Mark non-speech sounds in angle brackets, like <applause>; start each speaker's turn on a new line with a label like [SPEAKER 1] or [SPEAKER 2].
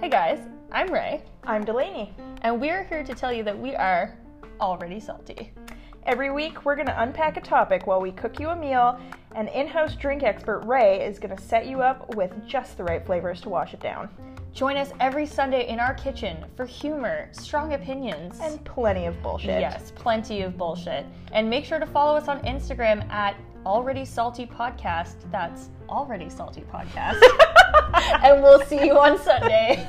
[SPEAKER 1] Hey guys, I'm Ray,
[SPEAKER 2] I'm Delaney.
[SPEAKER 1] and we're here to tell you that we are already salty.
[SPEAKER 2] Every week, we're going to unpack a topic while we cook you a meal, and in house drink expert Ray is going to set you up with just the right flavors to wash it down.
[SPEAKER 1] Join us every Sunday in our kitchen for humor, strong opinions,
[SPEAKER 2] And plenty of bullshit.
[SPEAKER 1] yes, plenty of bullshit. And make sure to follow us on Instagram at Already Salty
[SPEAKER 2] <laughs>
[SPEAKER 1] Podcast. That's Already Salty Podcast. and we'll see you on Sunday.